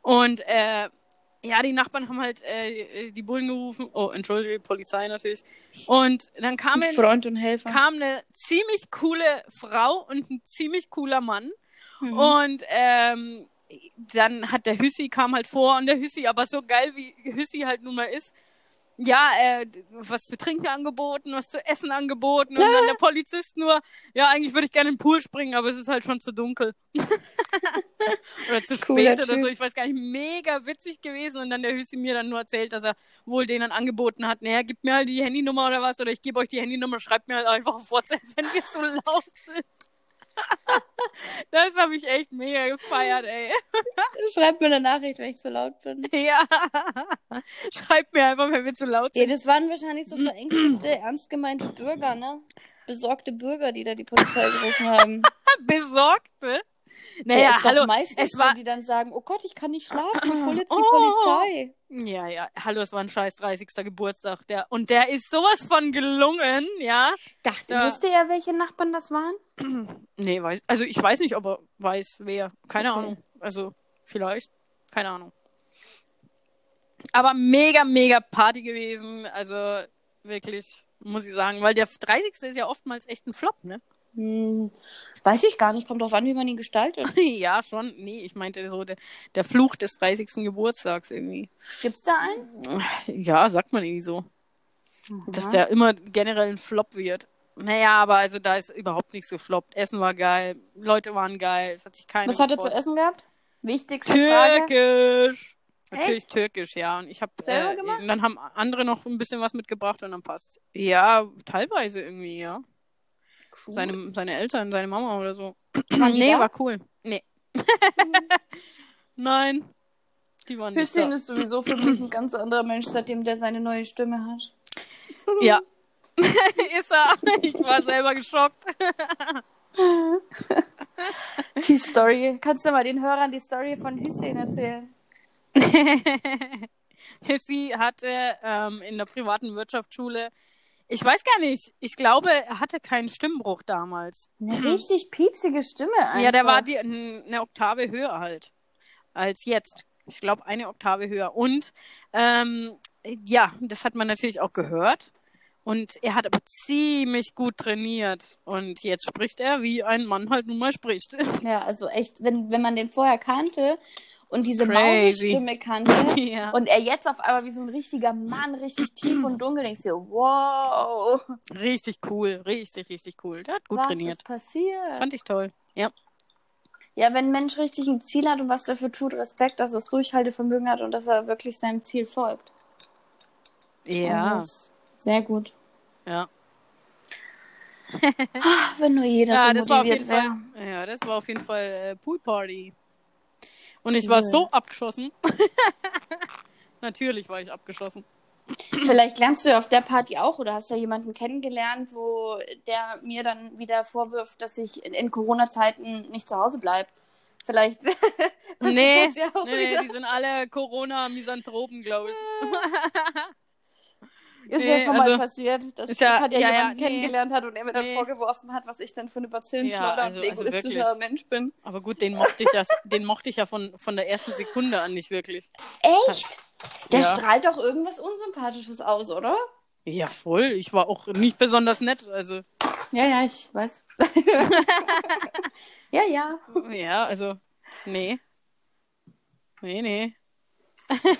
Und äh, ja, die Nachbarn haben halt äh, die Bullen gerufen. Oh, entschuldige, Polizei natürlich. Und dann kamen Freund und Helfer. kam eine ziemlich coole Frau und ein ziemlich cooler Mann. Und ähm, dann hat der Hüssi kam halt vor und der Hüssi, aber so geil wie Hüssi halt nun mal ist, ja, äh, was zu trinken angeboten, was zu essen angeboten und dann der Polizist nur, ja, eigentlich würde ich gerne in den Pool springen, aber es ist halt schon zu *laughs* dunkel. oder zu Cooler spät oder Typ. so, ich weiß gar nicht, mega witzig gewesen und dann der Hüssi mir dann nur erzählt, dass er wohl denen angeboten hat, naja, gib mir halt die Handynummer oder was oder ich gebe euch die Handynummer, schreibt mir halt einfach auf WhatsApp, wenn wir zu laut sind. *laughs* Das habe ich echt mega gefeiert, ey. *laughs* *laughs* Schreibt mir eine Nachricht, wenn ich zu laut bin. Ja. Schreibt mir einfach, wenn wir zu laut sind. Ja, das waren wahrscheinlich so verängstigte, *clears throat* ernst gemeinte Bürger, ne? Besorgte Bürger, die da die Polizei gerufen haben. Besorgte. *laughs* Ja, ne? Naja, ist hallo. Doch meistens es war- so, die dann sagen, oh Gott, ich kann nicht schlafen, *clears throat* ich hol jetzt die Oh. Polizei. Ja, ja, hallo, es war ein scheiß 30. Geburtstag. Der, und der ist sowas von gelungen, ja. Dachte, Ja. wusste er, welche Nachbarn das waren? Nee, weiß, also ich weiß nicht, ob er weiß, wer. Keine Okay. Ahnung. Also, vielleicht. Keine Ahnung. Aber mega, mega Party gewesen. Also, wirklich, muss ich sagen. Weil der 30. ist ja oftmals echt ein Flop, ne? *laughs* Hm, weiß ich gar nicht. Kommt drauf an, wie man ihn gestaltet. *laughs* ja, schon. Nee, ich meinte so der, der Fluch des 30. Geburtstags irgendwie. Gibt's da einen? Ja, sagt man irgendwie so. Dass der immer generell ein Flop wird. Naja, aber also da ist überhaupt nichts gefloppt. Essen war geil, Leute waren geil, es hat sich keiner Was hat er zu gefreut. essen gehabt? Wichtigste Frage. Türkisch. Natürlich Echt? türkisch, ja. Und ich habe Selber äh, gemacht? und dann haben andere noch ein bisschen was mitgebracht und dann passt. Ja, teilweise irgendwie, ja. Cool. Seine, seine Eltern, seine Mama oder so. Waren die nee, da? Mhm. war cool. Nee. *laughs* Nein. Die waren nicht Hüsschen da. ist sowieso für mich ein ganz anderer Mensch, seitdem der seine neue Stimme hat. Ja. *laughs* ist er. Ich war selber geschockt. Die Story. Kannst du mal den Hörern die Story von Hüsschen erzählen? Hissi hatte ähm, in der privaten Wirtschaftsschule, ich weiß gar nicht, ich glaube, er hatte keinen Stimmbruch damals. Eine richtig piepsige Stimme einfach. Ja, der war die, n- eine Oktave höher halt als jetzt. Ich glaube, eine Oktave höher. Und ähm, ja, das hat man natürlich auch gehört. Und er hat aber ziemlich gut trainiert. Und jetzt spricht er, wie ein Mann halt nun mal spricht. *laughs* Ja, also echt, wenn, wenn man den vorher kannte und diese Crazy. Mausestimme *laughs* kannte ja. und er jetzt auf einmal wie so ein richtiger Mann, richtig tief und dunkel, denkst du, dir, wow, Richtig cool, richtig, richtig cool. Der hat gut was trainiert. ist passiert? Fand ich toll. Ja. Ja, wenn ein Mensch richtig ein Ziel hat und was dafür tut, Respekt, dass er das Durchhaltevermögen hat und dass er wirklich seinem Ziel folgt. Ja. Und Sehr gut. Ja. Ach, wenn nur jeder ja, so das motiviert war auf jeden wäre. Fall. Ja, das war auf jeden Fall äh, Poolparty. Und ich war Cool. so abgeschossen. *laughs* Natürlich war ich abgeschossen. Vielleicht lernst du ja auf der Party auch oder hast ja jemanden kennengelernt, wo der mir dann wieder vorwirft, dass ich in, in Corona-Zeiten nicht zu Hause bleibe. Vielleicht *laughs* passiert Nee, das ja auch Nee, nee, wieder. die sind alle Corona-Misanthropen, glaube ich. ist ja nee, schon mal also- passiert, dass Ist ja- hat ja, ja, ja, jemanden nee. kennengelernt hat und er mir dann Nee. vorgeworfen hat, was ich dann für eine Ja, Bazillenschleuder also- und also egoistischer wirklich. Mensch bin. Aber gut, den mochte ich ja, den mochte ich ja von, von der ersten Sekunde an nicht wirklich. Echt? Der Ja. strahlt doch irgendwas Unsympathisches aus, oder? Ja, voll. Ich war auch nicht besonders nett. Also, Ja, ja, ich *laughs* weiß. ja, ja. ja, also, nee. Nee, nee.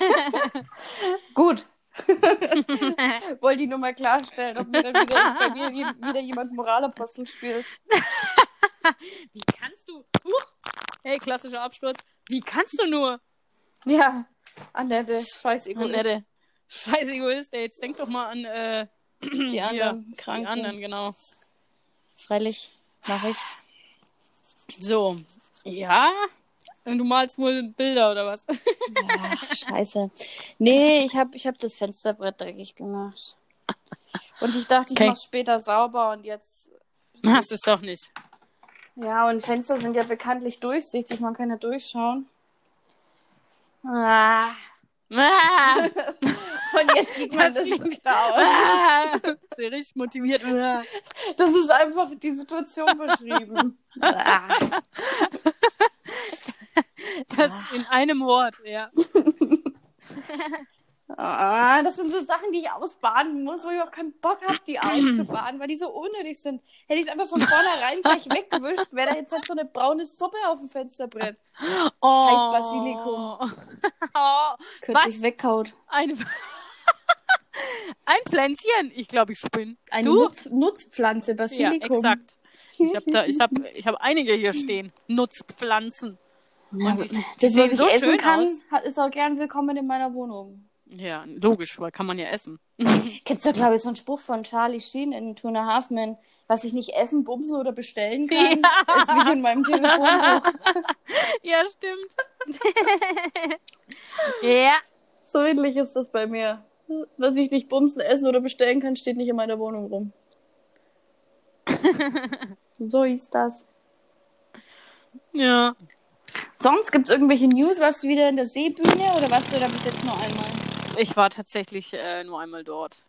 *laughs* Gut. Wollte ich nur mal klarstellen, ob mir dann wieder, *laughs* bei mir je, wieder jemand Moralapostel spielt. Wie kannst du. Huch! Hey, klassischer Absturz. Wie kannst du nur? Ja, Annette, scheiß Egoist. Annette. Scheiß Egoist, ey. Jetzt denk doch mal an äh, Die anderen die Kranken. anderen, genau. Freilich, mache ich. So. Ja? Und Du malst wohl Bilder oder was? Ach, scheiße. Nee, ich habe ich hab das Fensterbrett dreckig gemacht. Und ich dachte, ich Okay. mach's später sauber und jetzt... *laughs* Hast es doch nicht. Ja, und Fenster sind ja bekanntlich durchsichtig, man kann ja durchschauen. Ah, *laughs* Ah, und jetzt sieht man Das das, klingt- da aus. ah, sehr richtig *laughs* motiviert. Ah. Das ist einfach die *laughs* Situation beschrieben. Ah. Das in einem Wort, ja. Ah, das sind so Sachen, die ich ausbaden muss, wo ich auch keinen Bock habe, die auszubaden, weil die so unnötig sind. Hätte ich es einfach von vornherein *laughs* gleich weggewischt, wäre da jetzt halt so eine braune Suppe auf dem Fensterbrett. Oh. Basilikum. *laughs* Oh, Kürzlich wegkaut. ein, *laughs* ein Pflänzchen. Ich glaube, ich spinne. Eine du? Nutz Nutzpflanze, Ja, Basilikum. exakt. Ich habe da, ich hab, ich hab einige hier stehen. Nutzpflanzen. Und die, die Das, was sehen ich so essen schön kann, aus. hat- ist auch gern willkommen in meiner Wohnung. Ja, logisch, weil kann man ja essen. Gibt's da, glaube ich, so einen Spruch von Charlie Sheen in Two and a Half Men, was ich nicht essen, bumsen oder bestellen kann, Ja. ist nicht in *laughs* meinem Telefonbuch. *laughs* Ja, stimmt. *laughs* ja. So ähnlich ist das bei mir. Was ich nicht bumsen, essen oder bestellen kann, steht nicht in meiner *laughs* Wohnung rum. so ist das. Ja. Sonst gibt's irgendwelche News, was wieder in der Seebühne oder warst du da bis jetzt nur einmal? Ich war tatsächlich äh, nur einmal dort.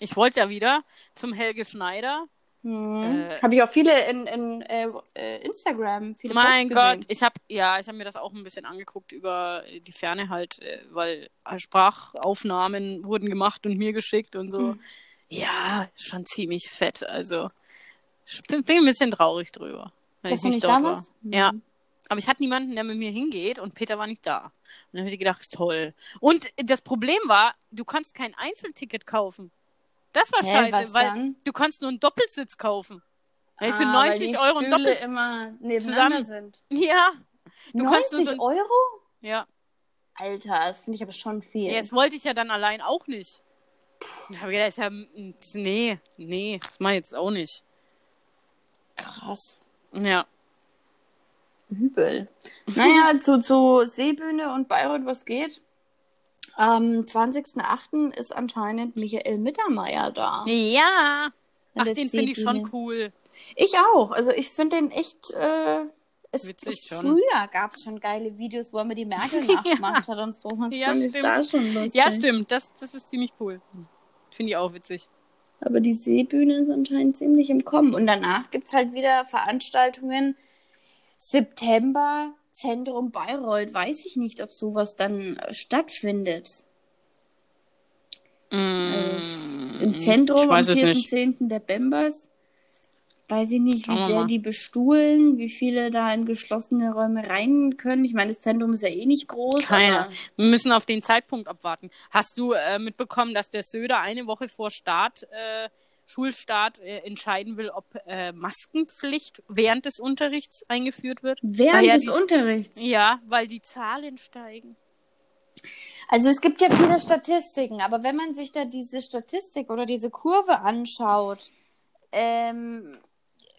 Ich wollte ja wieder zum Helge Schneider. Hm. Äh. Habe ich auch viele in, in äh, äh, Instagram. Viele mein Posts Gott, gesehen. ich habe ja, ich habe mir das auch ein bisschen angeguckt über die Hm. Ferne halt, äh, weil Sprachaufnahmen wurden gemacht und mir geschickt und so. Ja, schon ziemlich fett. Also ich bin, bin ein bisschen traurig drüber, dass, Dass ich du nicht, nicht dort da war. warst? Ja. Aber ich hatte niemanden, der mit mir hingeht und Peter war nicht da. Und dann habe ich gedacht, toll. Und das Problem war, du kannst kein Einzelticket kaufen. Das war Hä, was scheiße, weil dann? du kannst nur einen Doppelsitz kaufen. Weil für Ah, 90 weil die Euro ein Stühle Doppelsitz. immer nebeneinander zusammen- sind. Ja, Du kannst nur 90 so ein- Euro? ja. Alter, das finde ich aber schon viel. Jetzt wollte ich ja dann allein auch nicht. Da habe ich gedacht, ist ja, m- nee, nee, das mache ich jetzt auch nicht. Krass. Ja. Übel. *laughs* Naja, zu, zu Seebühne und Bayreuth, was geht? Am 20.08. ist anscheinend Michael Mittermeier da. Ja. Ach, der den finde ich Seebühne. schon cool. Ich auch. Also ich finde den echt. Äh, es, Witzig es- schon. Früher gab es schon geile Videos, wo er mir *laughs* die Merkel nachgemacht hat und so. Das Ja, fand ich stimmt. Da schon lustig. Ja, stimmt. Das, das ist ziemlich cool. Finde ich auch witzig. Aber die Seebühne ist anscheinend ziemlich im Kommen. Und danach gibt es halt wieder Veranstaltungen. September, Zentrum Bayreuth. Weiß ich nicht, ob sowas dann äh, stattfindet. Also Äh, Im Zentrum Mm. Hm, Ich am weiß es nicht. 4.10. der Bembers. Weiß ich nicht, Schauen wie wir sehr mal. die bestuhlen, wie viele da in geschlossene Räume rein können. Ich meine, das Zentrum ist ja eh nicht groß. Keiner. Aber Wir müssen auf den Zeitpunkt abwarten. Hast du äh, mitbekommen, dass der Söder eine Woche vor Start, äh, Schulstart, äh, entscheiden will, ob äh, Maskenpflicht während des Unterrichts eingeführt wird? während Ah, ja, des die- Unterrichts. Ja, weil die Zahlen steigen. Also es gibt ja viele Statistiken, aber wenn man sich da diese Statistik oder diese Kurve anschaut, ähm,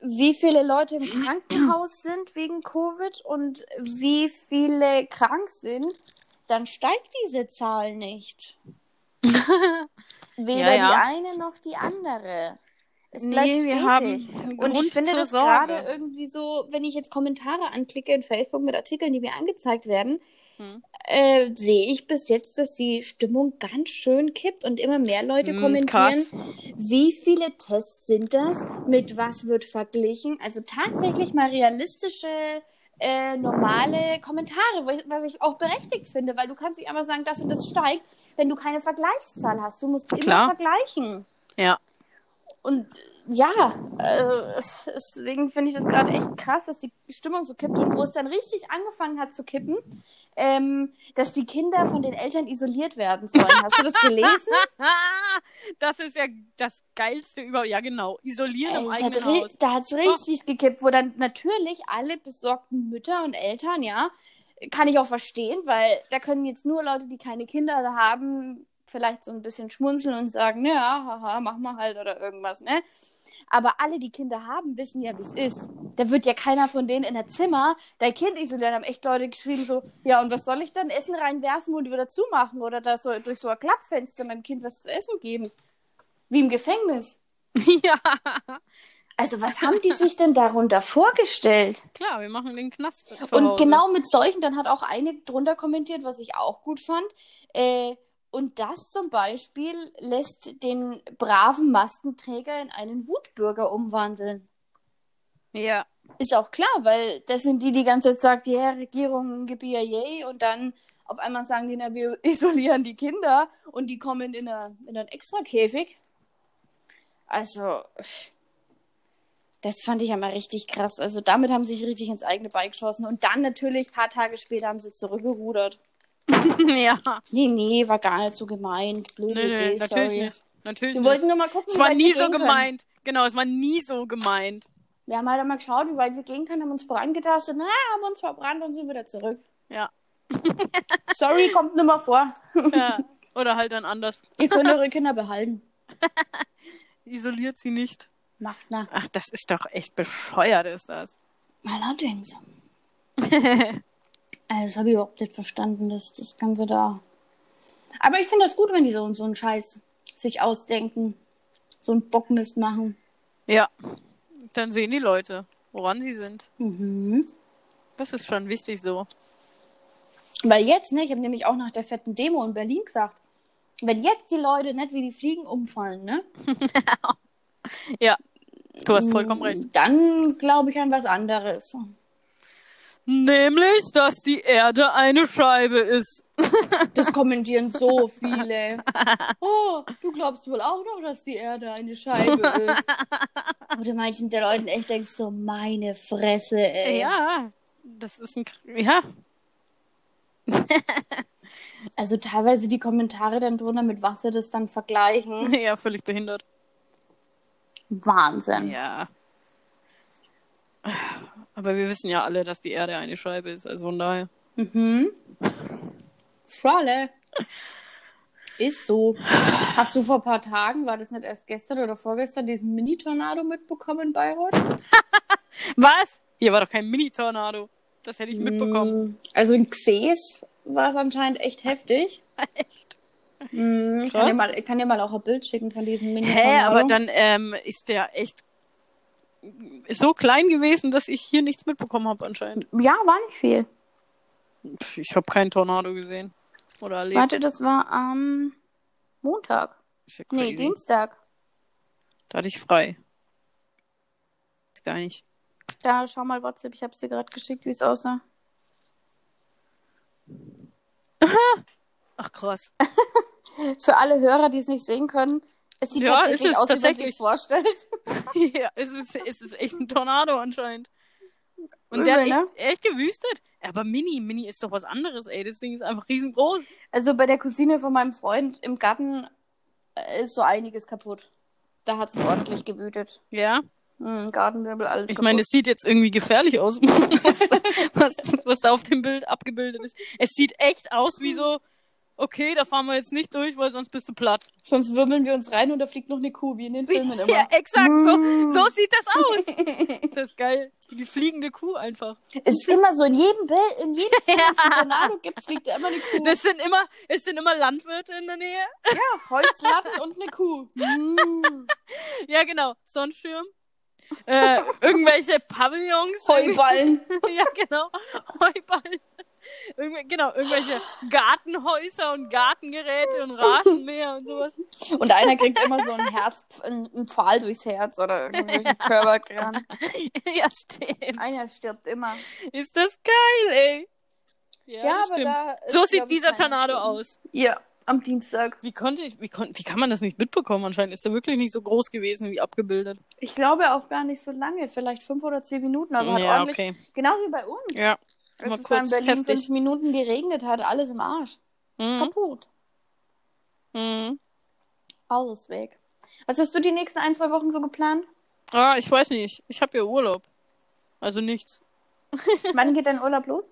wie viele Leute im Krankenhaus sind wegen Covid und wie viele krank sind, dann steigt diese Zahl *laughs* nicht. Ja, Weder ja. die eine noch die andere. Es Nee, bleibt wir stetig. haben und Grund ich finde zur das Sorge. gerade äh, irgendwie so, wenn ich jetzt Kommentare anklicke in Facebook mit Artikeln, die mir angezeigt werden, Hm. äh, sehe ich bis jetzt, dass die Stimmung ganz schön kippt und immer mehr Leute Hm, kommentieren, krass. wie viele Tests sind das, mit was wird verglichen. Also tatsächlich mal realistische, äh, normale Kommentare, wo ich- was ich auch berechtigt finde, weil du kannst nicht einfach sagen, das und das steigt, wenn du keine Vergleichszahl hast. Du musst immer Klar. vergleichen. Ja. Und äh, ja, äh, deswegen finde ich das gerade echt krass, dass die Stimmung so kippt und wo es dann richtig angefangen hat zu kippen, ähm, dass die Kinder von den Eltern isoliert werden sollen. Hast *laughs* du das gelesen? Das ist ja das geilste über. Ja, genau. Isolieren Ey, im es hat eigenen ri- Haus. *laughs* da hat es richtig gekippt, wo dann natürlich alle besorgten Mütter und Eltern, ja, kann ich auch verstehen, weil da können jetzt nur Leute, die keine Kinder haben, vielleicht so ein bisschen schmunzeln und sagen, naja, haha, mach mal halt oder irgendwas, ne? Aber alle, die Kinder haben, wissen ja, wie es ist. Da wird ja keiner von denen in der Zimmer dein Kind isolieren. Da haben echt Leute geschrieben so, ja, und was soll ich dann? Essen reinwerfen und wieder zumachen oder da so, durch so ein Klappfenster meinem Kind was zu essen geben. Wie im Gefängnis. Ja, Also, was haben die sich denn darunter vorgestellt? klar, wir machen den Knast. zu und Hause. genau mit solchen, dann hat auch eine drunter kommentiert, was ich auch gut fand. Äh, und das zum Beispiel lässt den braven Maskenträger in einen Wutbürger umwandeln. Ja. *laughs* Ist auch klar, weil das sind die, die ganze Zeit sagt, ja, Regierung, gib ihr yay. Und dann auf einmal sagen die, na, wir *laughs* isolieren die Kinder und die kommen in, eine, in einen Extrakäfig. Also, das fand ich ja mal richtig krass. Also, damit haben sie sich richtig ins eigene Bein geschossen. Und dann natürlich, ein paar Tage später, haben sie zurückgerudert. ja. Nee, nee, war gar nicht so gemeint. Blöde Nö, nö, Idee, natürlich sorry. nicht. Natürlich Wir nicht. wollten nur mal gucken, Es war weit nie wir so gehen können. gemeint. Genau, es war nie so gemeint. Wir haben halt auch mal geschaut, wie weit wir gehen können, haben uns vorangetastet, na, haben uns verbrannt und sind wieder zurück. *laughs* Ja. Sorry, kommt nimmer vor. ja. Oder halt dann anders. Ihr könnt eure Kinder behalten. Isoliert sie nicht. Macht na. Ach, das ist doch echt bescheuert, ist das. Allerdings. *laughs* also, das habe ich überhaupt nicht verstanden, das, das Ganze da. Aber ich finde das gut, wenn die so, so einen Scheiß sich ausdenken. So einen Bockmist machen. Ja. Dann sehen die Leute, woran sie sind. Mhm. Das ist schon wichtig so. Weil jetzt, ne, ich habe nämlich auch nach der fetten Demo in Berlin gesagt, wenn jetzt die Leute nicht wie die Fliegen umfallen, ne? Ja. Du hast vollkommen recht. Dann glaube ich an was anderes. Mhm. Nämlich, dass die Erde eine Scheibe ist. Das kommentieren so viele. Oh, du glaubst wohl auch noch, dass die Erde eine Scheibe ist. Oder manchen der Leuten echt denkst so, meine Fresse, ey. Äh, Ja, das ist ein. Kr- Ja, *laughs* Also teilweise die Kommentare dann drunter, mit was sie das dann vergleichen. ja, völlig behindert. Wahnsinn. Ja. Aber wir wissen ja alle, dass die Erde eine Scheibe ist, also von daher. Mhm. Fralle. Ist so. Hast du vor ein paar Tagen, war das nicht erst gestern oder vorgestern, diesen Mini-Tornado mitbekommen in Bayreuth? Was? Hier war doch kein Mini-Tornado. Das hätte ich mitbekommen. Mm, Also in Xes war es anscheinend echt heftig. *laughs* Echt? Mm, Ich Krass. kann, dir mal, ich kann dir mal auch ein Bild schicken von diesem mini Hä, aber dann ähm, ist der echt so klein gewesen, dass ich hier nichts mitbekommen habe anscheinend. Ja, war nicht viel. Pff, Ich habe keinen Tornado gesehen. Oder erlebt. Warte, das war am Montag. Ist ja Nee, crazy. Dienstag. Da hatte ich frei. Ist gar nicht. Da, schau mal WhatsApp, ich hab's dir gerade geschickt, wie es aussah. Ach krass. *laughs* Für alle Hörer, die es nicht sehen können, es sieht Ja, tatsächlich ist es, aus, wie man tatsächlich. sich vorstellt. ja, es ist, es ist echt ein Tornado anscheinend. Und der Übel, hat echt, echt gewüstet. Aber Mini, Mini ist doch was anderes, ey. Das Ding ist einfach riesengroß. Also bei der Cousine von meinem Freund im Garten äh, ist so einiges kaputt. Da hat es ordentlich gewütet. Ja. Hm, Mm, Gartenmöbel, alles Ich kaputt. meine, es sieht jetzt irgendwie gefährlich aus, *laughs* was da, was, was da auf dem Bild abgebildet ist. Es sieht echt aus wie so, okay, da fahren wir jetzt nicht durch, weil sonst bist du platt. Sonst wirbeln wir uns rein und da fliegt noch eine Kuh, wie in den *laughs* Filmen immer. Ja, exakt, so, so sieht das aus. Das *laughs* ist geil. Die fliegende Kuh einfach. Ist immer so in jedem Bild, in jedem Film, wenn es *laughs* einen Tornado gibt, fliegt immer eine Kuh. Das sind immer, es sind immer Landwirte in der Nähe. *laughs* Holzlatten und eine Kuh. *laughs* Mm. Ja, genau. Sonnenschirm. Äh, irgendwelche Pavillons. Heuballen. *laughs* ja, genau. Heuballen. Irgendw genau, irgendwelche Gartenhäuser und Gartengeräte und Rasenmäher und sowas. Und einer kriegt immer so ein Herz, einen einen Pfahl durchs Herz *laughs* oder irgendwelchen Körperkran. *laughs* ja, stimmt. Einer stirbt immer. Ist das geil, ey. Ja, das stimmt. ist, so glaub sieht ich, dieser keiner Tornado gestorben. aus. Ja, am Dienstag. Wie konnte ich, wie konnte, wie kann man das nicht mitbekommen? Anscheinend ist er wirklich nicht so groß gewesen, wie abgebildet. Ich glaube auch gar nicht so lange, vielleicht fünf oder zehn Minuten, aber hat ja, ordentlich. okay. Genauso wie bei uns. Ja. Als Mal es da in kurz Berlin heftig. fünf Minuten geregnet hat, alles im Arsch. Mhm. Kaputt. Mhm. Alles weg. Was hast du die nächsten ein, zwei Wochen so geplant? Ah, ich weiß nicht. Ich habe ja Urlaub. Also nichts. Wann geht dein Urlaub los?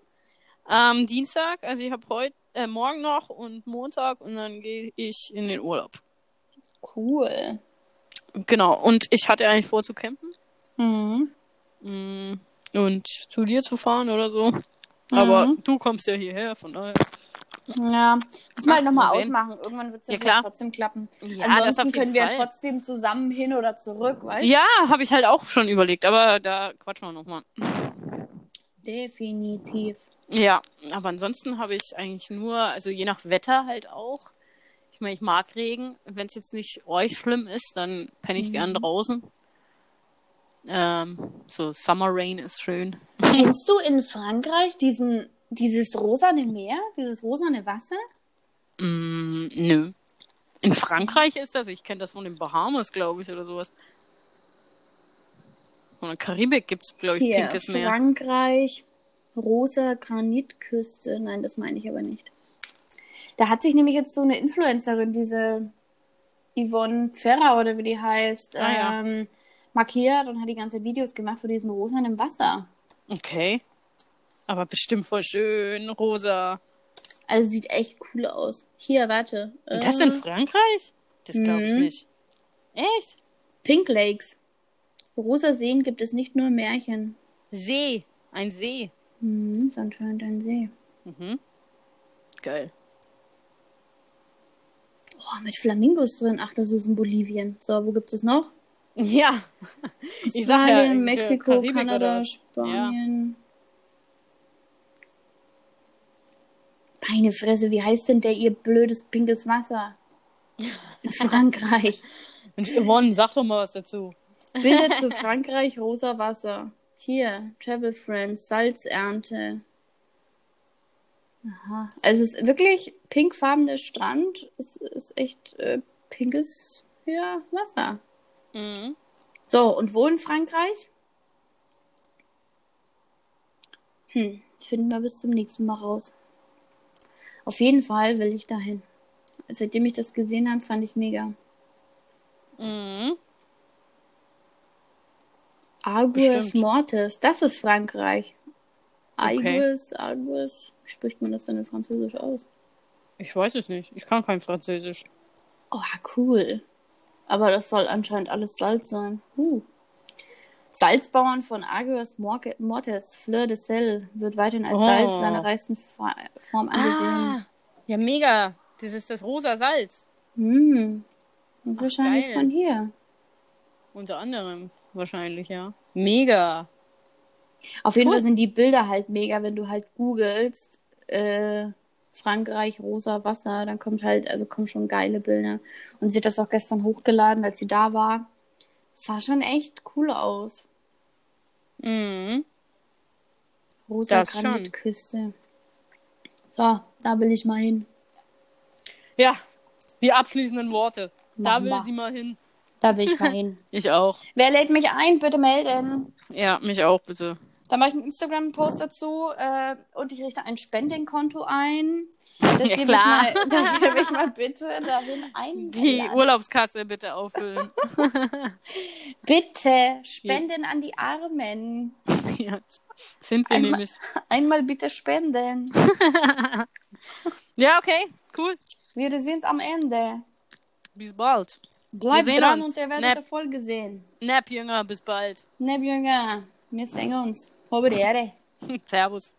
Am Dienstag, also ich habe heute äh, morgen noch und Montag und dann gehe ich in den Urlaub. Cool. Genau. Und ich hatte eigentlich vor zu campen Mhm. mm, und zu dir zu fahren oder so. Aber Mhm. du kommst ja hierher, von daher. Ja. Müssen wir Ach, halt nochmal mal sehen. ausmachen. Irgendwann wird es ja, Ja, vielleicht klar. trotzdem klappen. Ja, das auf Ansonsten jeden können wir ja Fall. trotzdem zusammen hin oder zurück, weißt du? Ja, habe ich halt auch schon überlegt, aber da quatschen wir nochmal. *laughs* Definitiv. Ja, aber ansonsten habe ich eigentlich nur, also je nach Wetter halt auch. Ich meine, ich mag Regen. Wenn es jetzt nicht euch schlimm ist, dann penne ich Mhm. gern draußen. Ähm, so Summer Rain ist schön. Kennst du in Frankreich diesen, dieses rosane Meer, dieses rosane Wasser? Mm, nö. In Frankreich ist das, ich kenne das von den Bahamas, glaube ich, oder sowas. Von der Karibik gibt es, glaube ich, Hier, pinkes Meer. Frankreich, rosa Granitküste. Nein, das meine ich aber nicht. Da hat sich nämlich jetzt so eine Influencerin, diese Yvonne Ferrer oder wie die heißt, Ah, ja. ähm, markiert und hat die ganze Zeit Videos gemacht von diesem rosanen Wasser. Okay. Aber bestimmt voll schön, rosa. Also sieht echt cool aus. Hier, warte. Und das in Äh, Frankreich? Das glaube ich Mhm. nicht. Echt? Pink Lakes. Rosa Seen gibt es nicht nur Märchen. See. Ein See. Hm, ist anscheinend ein See. Mhm. Geil. Oh, mit Flamingos drin. Ach, das ist in Bolivien. So, wo gibt es noch? Ja. Ich sag ja, Australien, irgendwie Mexiko, Karibik oder Kanada, was? Spanien. Meine Fresse, wie heißt denn der ihr blödes pinkes Wasser? *laughs* In Frankreich. Und Yvonne, sag doch mal was dazu. Bilder zu Frankreich rosa Wasser. Hier, Travel Friends, Salzernte. Aha. Also es ist wirklich pinkfarbener Strand. Es ist echt äh, pinkes ja, Wasser. Mhm. So, und wo in Frankreich? Hm, finden wir bis zum nächsten Mal raus. Auf jeden Fall will ich dahin. Seitdem ich das gesehen habe, fand ich mega. Mhm. Argues Bestimmt. Mortis, das ist Frankreich. Okay. Argues, Argues, Wie spricht man das denn in Französisch aus? Ich weiß es nicht. Ich kann kein Französisch. Oh, cool. Aber das soll anscheinend alles Salz sein. Huh. Salzbauern von Argues Morge- Mortes, Fleur de Sel, wird weiterhin als Oh. Salz seiner reichsten Fa- Form angesehen. Ah, ja, mega. Das ist das rosa Salz. Hm. Das ist Ach, wahrscheinlich geil. von hier. Unter anderem wahrscheinlich, ja. Mega. Auf jeden Cool. Fall sind die Bilder halt mega, wenn du halt googelst, äh, Frankreich, rosa Wasser, dann kommt halt, also kommen schon geile Bilder. Und sie hat das auch gestern hochgeladen, als sie da war. Sah schon echt cool aus. Mhm. Rosa Das schon. Granitküste. So, da will ich mal hin. Ja, die abschließenden Worte. Da Machen will wir. sie mal hin. Da will *laughs* ich mal hin. Ich auch. Wer lädt mich ein, bitte melden. Ja, mich auch, bitte. Da mache ich einen Instagram-Post dazu äh, und ich richte ein Spendenkonto ein. Dass, Ja, ihr, mich klar. *laughs* mal, dass ihr mich mal bitte dahin Die einladet. Urlaubskasse bitte auffüllen. Bitte spenden an die Armen. *laughs* ja, sind wir Einmal- nämlich. Einmal bitte spenden. Ja, okay, cool. Wir sind am Ende. Bis bald. Bleibt Wir sehen dran uns. und ihr werdet Nap. der Folge sehen. Nap, Jünger, bis bald. *laughs* Ne, Jünger, wir sehen uns. Habe die Ehre. Servus.